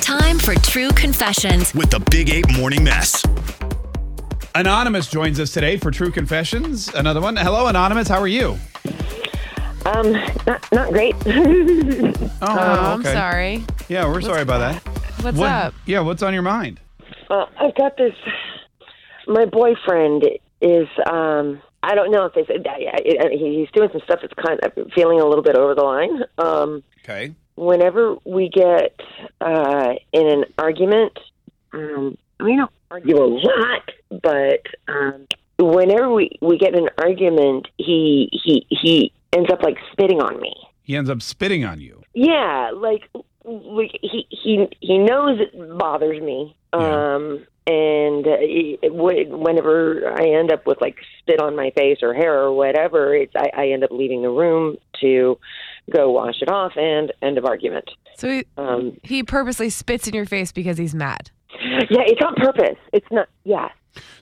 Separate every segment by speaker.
Speaker 1: time for True Confessions.
Speaker 2: with the Big Eight Morning Mess.
Speaker 3: Anonymous joins us today for True Confessions. Another one. Hello, Anonymous. How are you?
Speaker 4: Um, not, not great.
Speaker 3: Oh,
Speaker 5: Oh, I'm
Speaker 3: okay.
Speaker 5: sorry.
Speaker 3: Yeah, we're sorry about that.
Speaker 5: What's
Speaker 3: What-
Speaker 5: up?
Speaker 3: Yeah, what's on your mind?
Speaker 4: uh, I've got this. My boyfriend is. Um, I don't know if it's. I, I, he- he's doing some stuff that's kind of feeling a little bit over the line. Um,
Speaker 3: Okay.
Speaker 4: whenever we get uh, in an argument, um, we don't argue a lot, but um, whenever we, we get in an argument, he he he ends up like spitting on me.
Speaker 3: He ends up spitting on you.
Speaker 4: Yeah, like like he he he knows it bothers me.
Speaker 3: Yeah.
Speaker 4: Um and uh, he- wh- whenever I end up with like spit on my face or hair or whatever, it's I, I end up leaving the room to go wash it off and end of argument.
Speaker 5: So he,
Speaker 4: Um
Speaker 5: he purposely spits in your face because he's mad.
Speaker 4: yeah, it's on purpose. It's not yeah.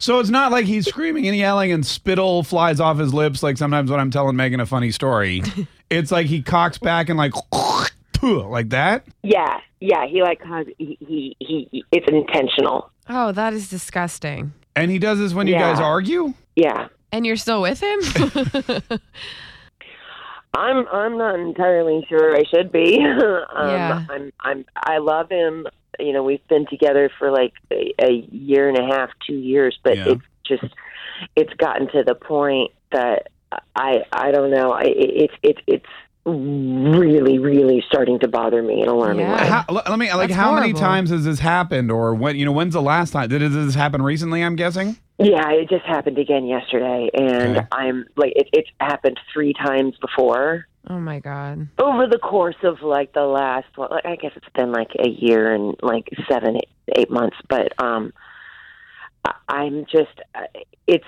Speaker 3: So it's not like he's screaming and yelling and spittle flies off his lips like sometimes when I'm telling Megan a funny story. it's like he cocks back and like like that.
Speaker 4: Yeah. Yeah, he like cause he, he he it's intentional.
Speaker 5: Oh, that is disgusting.
Speaker 3: And he does this when you
Speaker 4: Yeah.
Speaker 3: guys argue?
Speaker 4: Yeah.
Speaker 5: And you're still with him?
Speaker 4: I'm I'm not entirely sure I should be. um,
Speaker 5: Yeah.
Speaker 4: I'm I'm I love him. You know, we've been together for like a, a year and a half, two years, but
Speaker 3: Yeah.
Speaker 4: it's just it's gotten to the point that I I don't know. I it's it's it's really really starting to bother me in alarming
Speaker 5: Yeah.
Speaker 4: way.
Speaker 3: How, l- let me like
Speaker 5: That's
Speaker 3: how many
Speaker 5: horrible.
Speaker 3: times has this happened or when you know when's the last time did this happen recently I'm guessing?
Speaker 4: Yeah, it just happened again yesterday, and
Speaker 3: Okay.
Speaker 4: I'm like it, it's happened three times before.
Speaker 5: oh my God.
Speaker 4: over the course of like the last well, like, I guess it's been like a year and like seven eight, eight months but um I- I'm just I- it's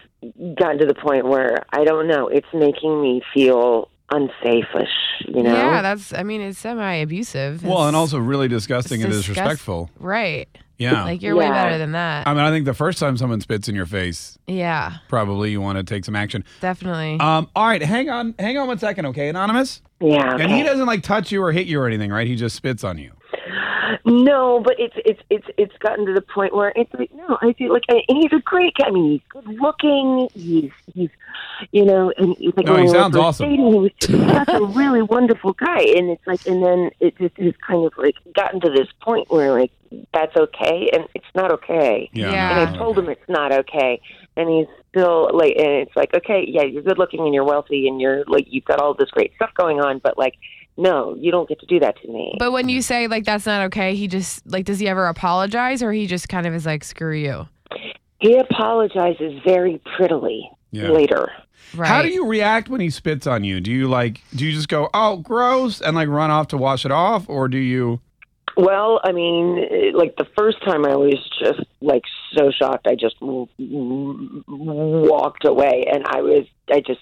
Speaker 4: gotten to the point where I don't know it's making me feel unsafe-ish, you know
Speaker 5: Yeah, that's, I mean, it's semi abusive.
Speaker 3: Well, and also really disgusting and
Speaker 5: it's disgust-
Speaker 3: disrespectful.
Speaker 5: Right.
Speaker 3: Yeah.
Speaker 5: Like, you're way
Speaker 4: Yeah.
Speaker 5: better than that.
Speaker 3: I mean, I think the first time someone spits in your face,
Speaker 5: yeah,
Speaker 3: probably you want to take some action.
Speaker 5: definitely.
Speaker 3: Um, all right, hang on, hang on one second, okay, anonymous.
Speaker 4: yeah
Speaker 3: And he
Speaker 4: okay.
Speaker 3: doesn't like touch you or hit you or anything, right? He just spits on you.
Speaker 4: no but it's it's it's it's gotten to the point where it's like no I feel like and he's a great guy I mean he's good looking he's he's you know and he's like
Speaker 3: No,
Speaker 4: when
Speaker 3: he
Speaker 4: we were
Speaker 3: sounds
Speaker 4: first
Speaker 3: awesome.
Speaker 4: dating, he was just such a really wonderful guy and it's like and then it just has kind of like gotten to this point where like that's okay and it's not okay
Speaker 5: Yeah.
Speaker 3: Ah.
Speaker 4: and i told him it's not okay and he's still like and it's like okay yeah you're good looking and you're wealthy and you're like you've got all this great stuff going on but like no you don't get to do that to me
Speaker 5: but when you say, like, that's not okay, he just, like, does he ever apologize or he just kind of is like, screw you?
Speaker 4: he apologizes very prettily
Speaker 3: Yeah.
Speaker 4: later
Speaker 5: Right.
Speaker 3: How do you react when he spits on you? Do you like do you just go, "Oh, gross," and like run off to wash it off or do you
Speaker 4: Well, I mean, eh, like the first time I was just like so shocked. I just w- w- walked away and I was, I just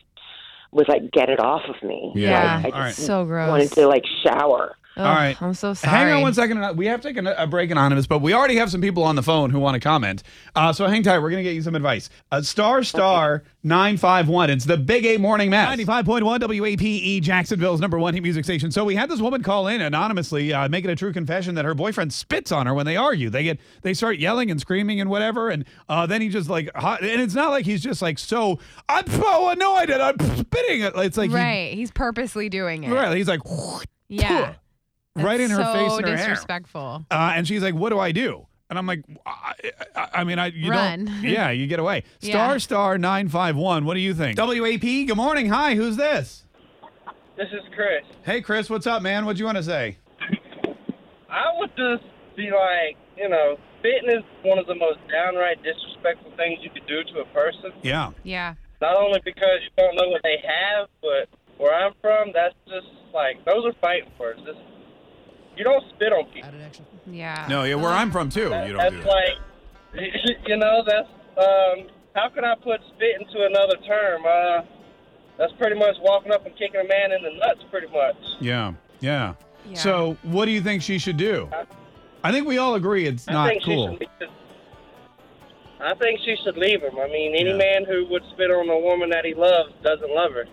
Speaker 4: was like, get it off of me.
Speaker 5: Yeah.
Speaker 4: Like, I
Speaker 3: All right.
Speaker 4: just
Speaker 5: So gross.
Speaker 4: wanted to like shower.
Speaker 5: Ugh,
Speaker 3: All right.
Speaker 5: I'm so sorry.
Speaker 3: Hang on one second. We have to take a, a break, Anonymous, but we already have some people on the phone who want to comment. Uh, so hang tight. We're going to get you some advice. Uh, star star 951. It's the Big A Morning Mass. 95.1 WAPE, E, Jacksonville's number one hit music station. So we had this woman call in anonymously, uh, making a true confession that her boyfriend spits on her when they argue. They get they start yelling and screaming and whatever. And uh, then he just like, hot, and it's not like he's just like, so, I'm so annoyed and I'm spitting. it. It's like, he-
Speaker 5: right. He's purposely doing it.
Speaker 3: right. He's like,
Speaker 5: Yeah.
Speaker 3: right in
Speaker 5: That's
Speaker 3: her
Speaker 5: so
Speaker 3: face and her hair
Speaker 5: disrespectful.
Speaker 3: uh, and she's like, "What do I do?" And I'm like, "I, I, I mean, I you
Speaker 5: Run.
Speaker 3: don't, yeah, you get away."
Speaker 5: Yeah.
Speaker 3: Star star nine five one. What do you think? WAP. Good morning. Hi, who's this?
Speaker 6: This is Chris.
Speaker 3: Hey, Chris. What's up, man? What do you want to say?
Speaker 6: I would just be like, you know, fitness is one of the most downright disrespectful things you could do to a person.
Speaker 3: Yeah.
Speaker 5: Yeah.
Speaker 6: Not only because you don't know what they have, but where I'm from, that's just like those are fighting words. This, you don't spit on people.
Speaker 5: Yeah.
Speaker 3: No, yeah. Where I'm from too, you don't
Speaker 6: that's
Speaker 3: do that.
Speaker 6: like, you know, that's um, how can I put spit into another term? Uh, that's pretty much walking up and kicking a man in the nuts, pretty much.
Speaker 3: Yeah. Yeah.
Speaker 5: Yeah.
Speaker 3: So, what do you think she should do? I think we all agree it's
Speaker 6: I
Speaker 3: not
Speaker 6: think
Speaker 3: cool.
Speaker 6: She should, I think she should leave him. I mean, any
Speaker 3: Yeah.
Speaker 6: man who would spit on a woman that he loves doesn't love her.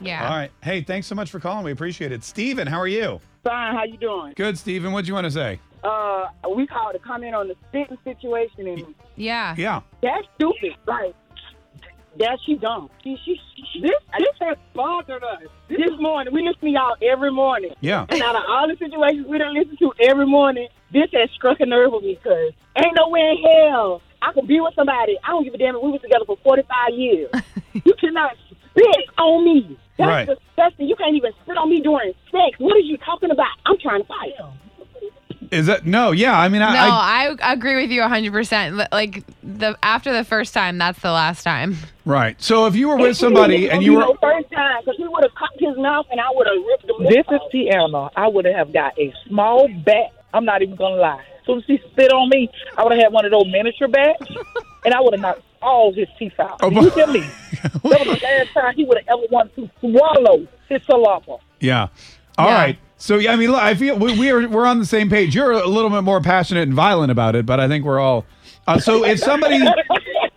Speaker 5: Yeah.
Speaker 3: All right. Hey, thanks so much for calling. We appreciate it. Steven, how are you?
Speaker 7: Fine, how you doing?
Speaker 3: Good, Steven. What do you want to say?
Speaker 7: uh, we called to comment on the spitting situation, and
Speaker 5: Yeah.
Speaker 3: Yeah.
Speaker 7: that's stupid. Like, that she dumb. She, she, she, this, this has bothered us. This morning, we listen to y'all every morning.
Speaker 3: Yeah.
Speaker 7: And out of all the situations we don't listen to every morning, this has struck a nerve with me because ain't no way in hell I could be with somebody. I don't give a damn if we were together for 45 years. you cannot spit on me. That's
Speaker 3: Right.
Speaker 7: disgusting. You can't even spit on me during sex. What are you talking about? I'm trying to fight.
Speaker 3: Is that no? Yeah. I mean, I,
Speaker 5: No,
Speaker 3: I
Speaker 5: I, agree with you 100%. Li- Like the after the first time, that's the last time.
Speaker 3: right. So if you were with somebody and you were
Speaker 7: No first time, because he would have cocked his mouth and I would have ripped him.
Speaker 8: This is Tiana. I would have got a small bat. I'm not even gonna lie. Soon as she spit on me, I would have had one of those miniature bats, and I would have knocked all his teeth out.
Speaker 3: Oh,
Speaker 8: Did you hear me? That was the last time he would have ever wanted to swallow his falafel.
Speaker 3: Yeah. All right.
Speaker 5: Yeah.
Speaker 3: So yeah, I mean, look, I feel we, we are we're on the same page. You're a little bit more passionate and violent about it, but I think we're all. Uh, so if somebody,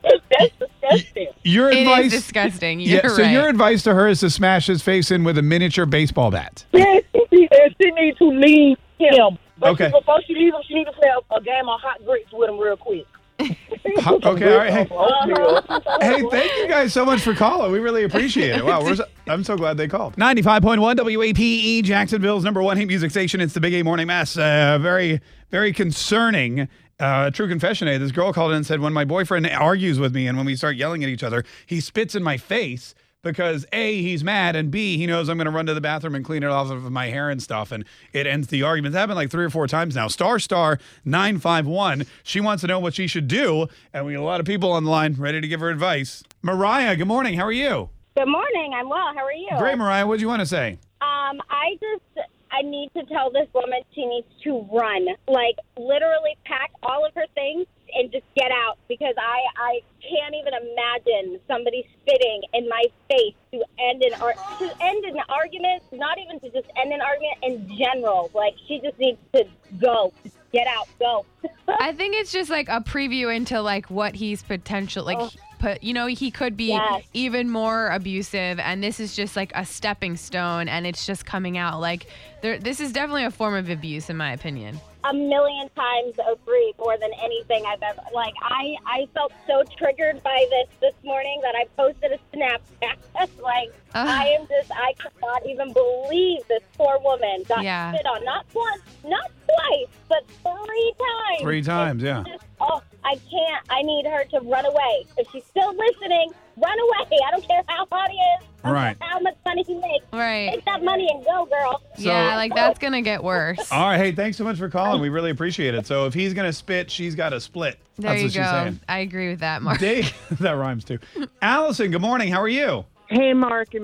Speaker 7: That's disgusting.
Speaker 3: your
Speaker 5: It is
Speaker 3: advice,
Speaker 5: disgusting. You're
Speaker 3: yeah.
Speaker 5: right.
Speaker 3: So your advice to her is to smash his face in with a miniature baseball bat.
Speaker 8: Yes, she, and she needs to leave him.
Speaker 7: But
Speaker 3: Okay.
Speaker 7: she, before she leaves him, she need to play a, a game of hot grits with him real quick.
Speaker 3: Ho- Okay. All right. Hey,
Speaker 7: Uh-huh.
Speaker 3: hey, thank you guys so much for calling. We really appreciate it. Wow, we're so, I'm so glad they called. 95.1 WAPE, E, Jacksonville's number one hit music station. It's the Big A Morning Mass. Uh, very, very concerning. Uh, true confession, eh? This girl called in and said, when my boyfriend argues with me and when we start yelling at each other, he spits in my face because A, he's mad, and B, he knows I'm going to run to the bathroom and clean it off of my hair and stuff. And it ends the argument. It's happened like three or four times now. Star Star 951. She wants to know what she should do. And we got a lot of people on the line ready to give her advice. Mariah, good morning. How are you?
Speaker 9: Good morning. I'm well. How are you?
Speaker 3: Great, Mariah. What do you want to say?
Speaker 9: Um, I just I need to tell this woman she needs to run. Like literally pack all of her things and just get out because I I can't even imagine somebody spitting in my face to end an ar- to end an argument, not even to just end an argument in general. Like she just needs to go. Get out. Go.
Speaker 5: I think it's just like a preview into like what he's potential like he- put you know he could be
Speaker 9: Yes.
Speaker 5: even more abusive and this is just like a stepping stone and it's just coming out like there this is definitely a form of abuse in my opinion.
Speaker 9: a million times agree more than anything I've ever like I I felt so triggered by this this morning that I posted a Snapchat like
Speaker 5: Ugh.
Speaker 9: I am just I cannot even believe this poor woman got
Speaker 5: Yeah.
Speaker 9: spit on not once not twice but three times
Speaker 3: Three times, yeah.
Speaker 9: It's just, oh I can't I need her to run away if she's still listening run away I don't care how hot he is I don't
Speaker 3: Right.
Speaker 9: care how much money he makes
Speaker 5: Right.
Speaker 9: take that money and go girl
Speaker 5: yeah, like that's going to get worse.
Speaker 3: All right. Hey, thanks so much for calling. We really appreciate it. So if he's going to spit, she's got to split.
Speaker 5: there
Speaker 3: That's
Speaker 5: you
Speaker 3: what she's
Speaker 5: go.
Speaker 3: saying.
Speaker 5: I agree with that, Mark.
Speaker 3: Dave, that rhymes too. Allison, good morning. How are you?
Speaker 8: Hey, Mark and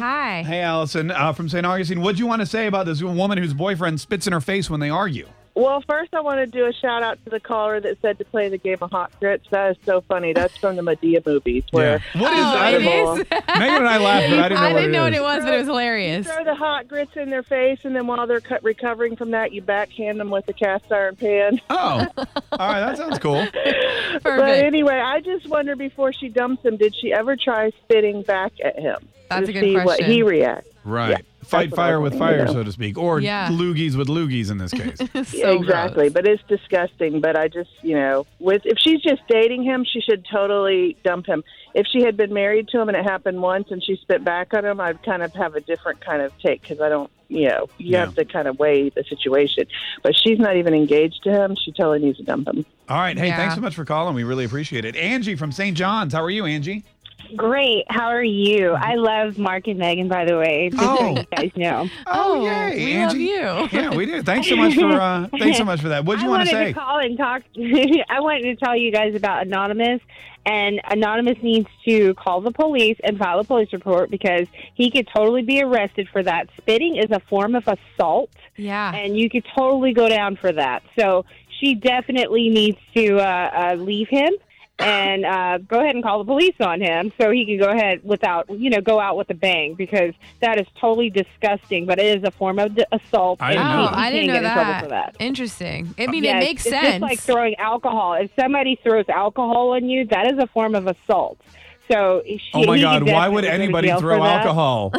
Speaker 5: Hi.
Speaker 3: Hey, Allison uh, from St. Augustine. What do you want to say about this woman whose boyfriend spits in her face when they argue?
Speaker 8: Well, first I want to do a shout out to the caller that said to play the game of hot grits. That is so funny. That's from the Medea movies where
Speaker 3: What is
Speaker 5: Oh,
Speaker 3: I
Speaker 5: it
Speaker 3: don't know.
Speaker 5: is?
Speaker 3: Megan and I laughed, but I didn't know
Speaker 5: I
Speaker 3: what
Speaker 5: didn't know what
Speaker 3: is.
Speaker 5: it was, but it was hilarious.
Speaker 8: throw the hot grits in their face, and then while they're cut, recovering from that, you backhand them with a cast iron pan.
Speaker 3: Oh, all right. That sounds cool.
Speaker 8: But
Speaker 5: Perfect.
Speaker 8: anyway, I just wonder before she dumps him, did she ever try spitting back at him
Speaker 5: That's
Speaker 8: to
Speaker 5: a good
Speaker 8: see what
Speaker 5: question.
Speaker 8: he reacts?
Speaker 3: Right.
Speaker 8: Yeah,
Speaker 3: Fight
Speaker 8: that's what I
Speaker 3: fire
Speaker 8: was
Speaker 3: with
Speaker 8: thinking
Speaker 3: fire,
Speaker 8: of.
Speaker 3: so to speak, or
Speaker 5: Yeah.
Speaker 3: loogies with loogies in this case.
Speaker 5: so
Speaker 8: exactly,
Speaker 5: gross.
Speaker 8: but it's disgusting. But I just, you know, with if she's just dating him, she should totally dump him. If she had been married to him and it happened once and she spit back on him, I'd kind of have a different kind of take because I don't, you know, you
Speaker 3: Yeah.
Speaker 8: have to kind of weigh the situation. But she's not even engaged to him; she totally needs to dump him.
Speaker 3: All right. Hey,
Speaker 5: Yeah.
Speaker 3: thanks so much for calling. We really appreciate it. Angie from St. John's. How are you, Angie?
Speaker 9: great how are you I love Mark and Megan by the way
Speaker 3: Mm-hmm. Oh,
Speaker 9: guys know
Speaker 5: Oh,
Speaker 3: yay,
Speaker 5: we
Speaker 3: Angie.
Speaker 5: love you.
Speaker 3: Yeah, we do. Thanks so much for uh, thanks so much for that. What do you
Speaker 9: I
Speaker 3: want
Speaker 9: wanted
Speaker 3: to say?
Speaker 9: to call and talk. I wanted to tell you guys about Anonymous, and Anonymous needs to call the police and file a police report because he could totally be arrested for that. Spitting is a form of assault,
Speaker 3: Ah.
Speaker 5: Yeah.
Speaker 9: and you could totally go down for that. So she definitely needs to uh, uh, leave him and uh, go ahead and call the police on him so he can go ahead without, you know, go out with a bang because that is totally disgusting. But it is a form of d- assault.
Speaker 3: I didn't
Speaker 9: and
Speaker 3: know
Speaker 5: Oh,
Speaker 9: he-
Speaker 5: I
Speaker 9: he
Speaker 5: didn't know
Speaker 9: can't get in trouble
Speaker 5: that.
Speaker 9: for that.
Speaker 5: Interesting. I mean,
Speaker 9: Yes,
Speaker 5: it makes
Speaker 9: it's
Speaker 5: sense.
Speaker 9: Just like throwing alcohol. If somebody throws alcohol on you, that is a form of assault.
Speaker 6: So she,
Speaker 3: Oh my
Speaker 6: he
Speaker 3: God! Why
Speaker 6: definitely
Speaker 3: would
Speaker 6: go to
Speaker 3: anybody
Speaker 6: jail
Speaker 3: throw
Speaker 6: for that.
Speaker 3: alcohol?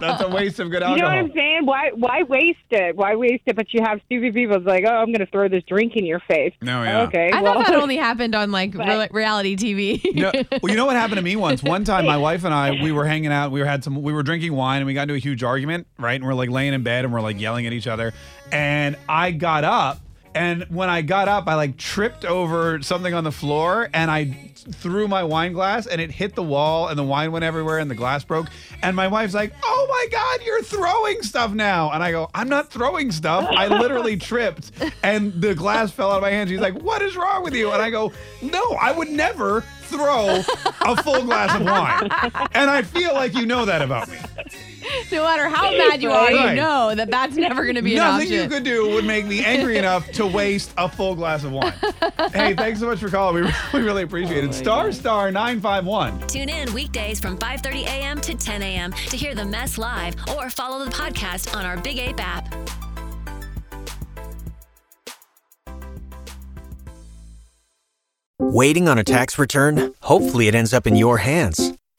Speaker 3: That's a waste of good
Speaker 6: You know
Speaker 3: alcohol.
Speaker 6: what I'm saying? Why why waste it? Why waste it? But you have stupid people it's like, oh, I'm going to throw this drink in your face.
Speaker 3: No, yeah.
Speaker 6: Okay.
Speaker 5: I
Speaker 6: well,
Speaker 5: thought that only happened on like re- reality TV.
Speaker 3: No, well, you know what happened to me once. One time, my wife and I, we were hanging out. We were had some. We were drinking wine, and we got into a huge argument, right? And we're like laying in bed, and we're like yelling at each other. And I got up, and when I got up, I like tripped over something on the floor, and I threw my wine glass, and it hit the wall, and the wine went everywhere, and the glass broke. And my wife's like, "Oh my God, you're throwing stuff now!" And I go, "I'm not throwing stuff. I literally tripped, and the glass fell out of my hand." She's like, "What is wrong with you?" And I go, "No, I would never." throw a full glass of wine. And I feel like you know that about me.
Speaker 5: no matter how bad you are,
Speaker 3: Right.
Speaker 5: you know that that's never going to be
Speaker 3: Nothing
Speaker 5: an
Speaker 3: you
Speaker 5: option.
Speaker 3: could do would make me angry enough to waste a full glass of wine. hey, thanks so much for calling. We, we really
Speaker 5: Oh
Speaker 3: appreciate it. Star Star 951.
Speaker 1: Tune in weekdays from 5:30 a.m. to 10 a.m. to hear the mess live or follow the podcast on our Big Ape app.
Speaker 8: Waiting on a tax return? Hopefully, it ends up in your hands.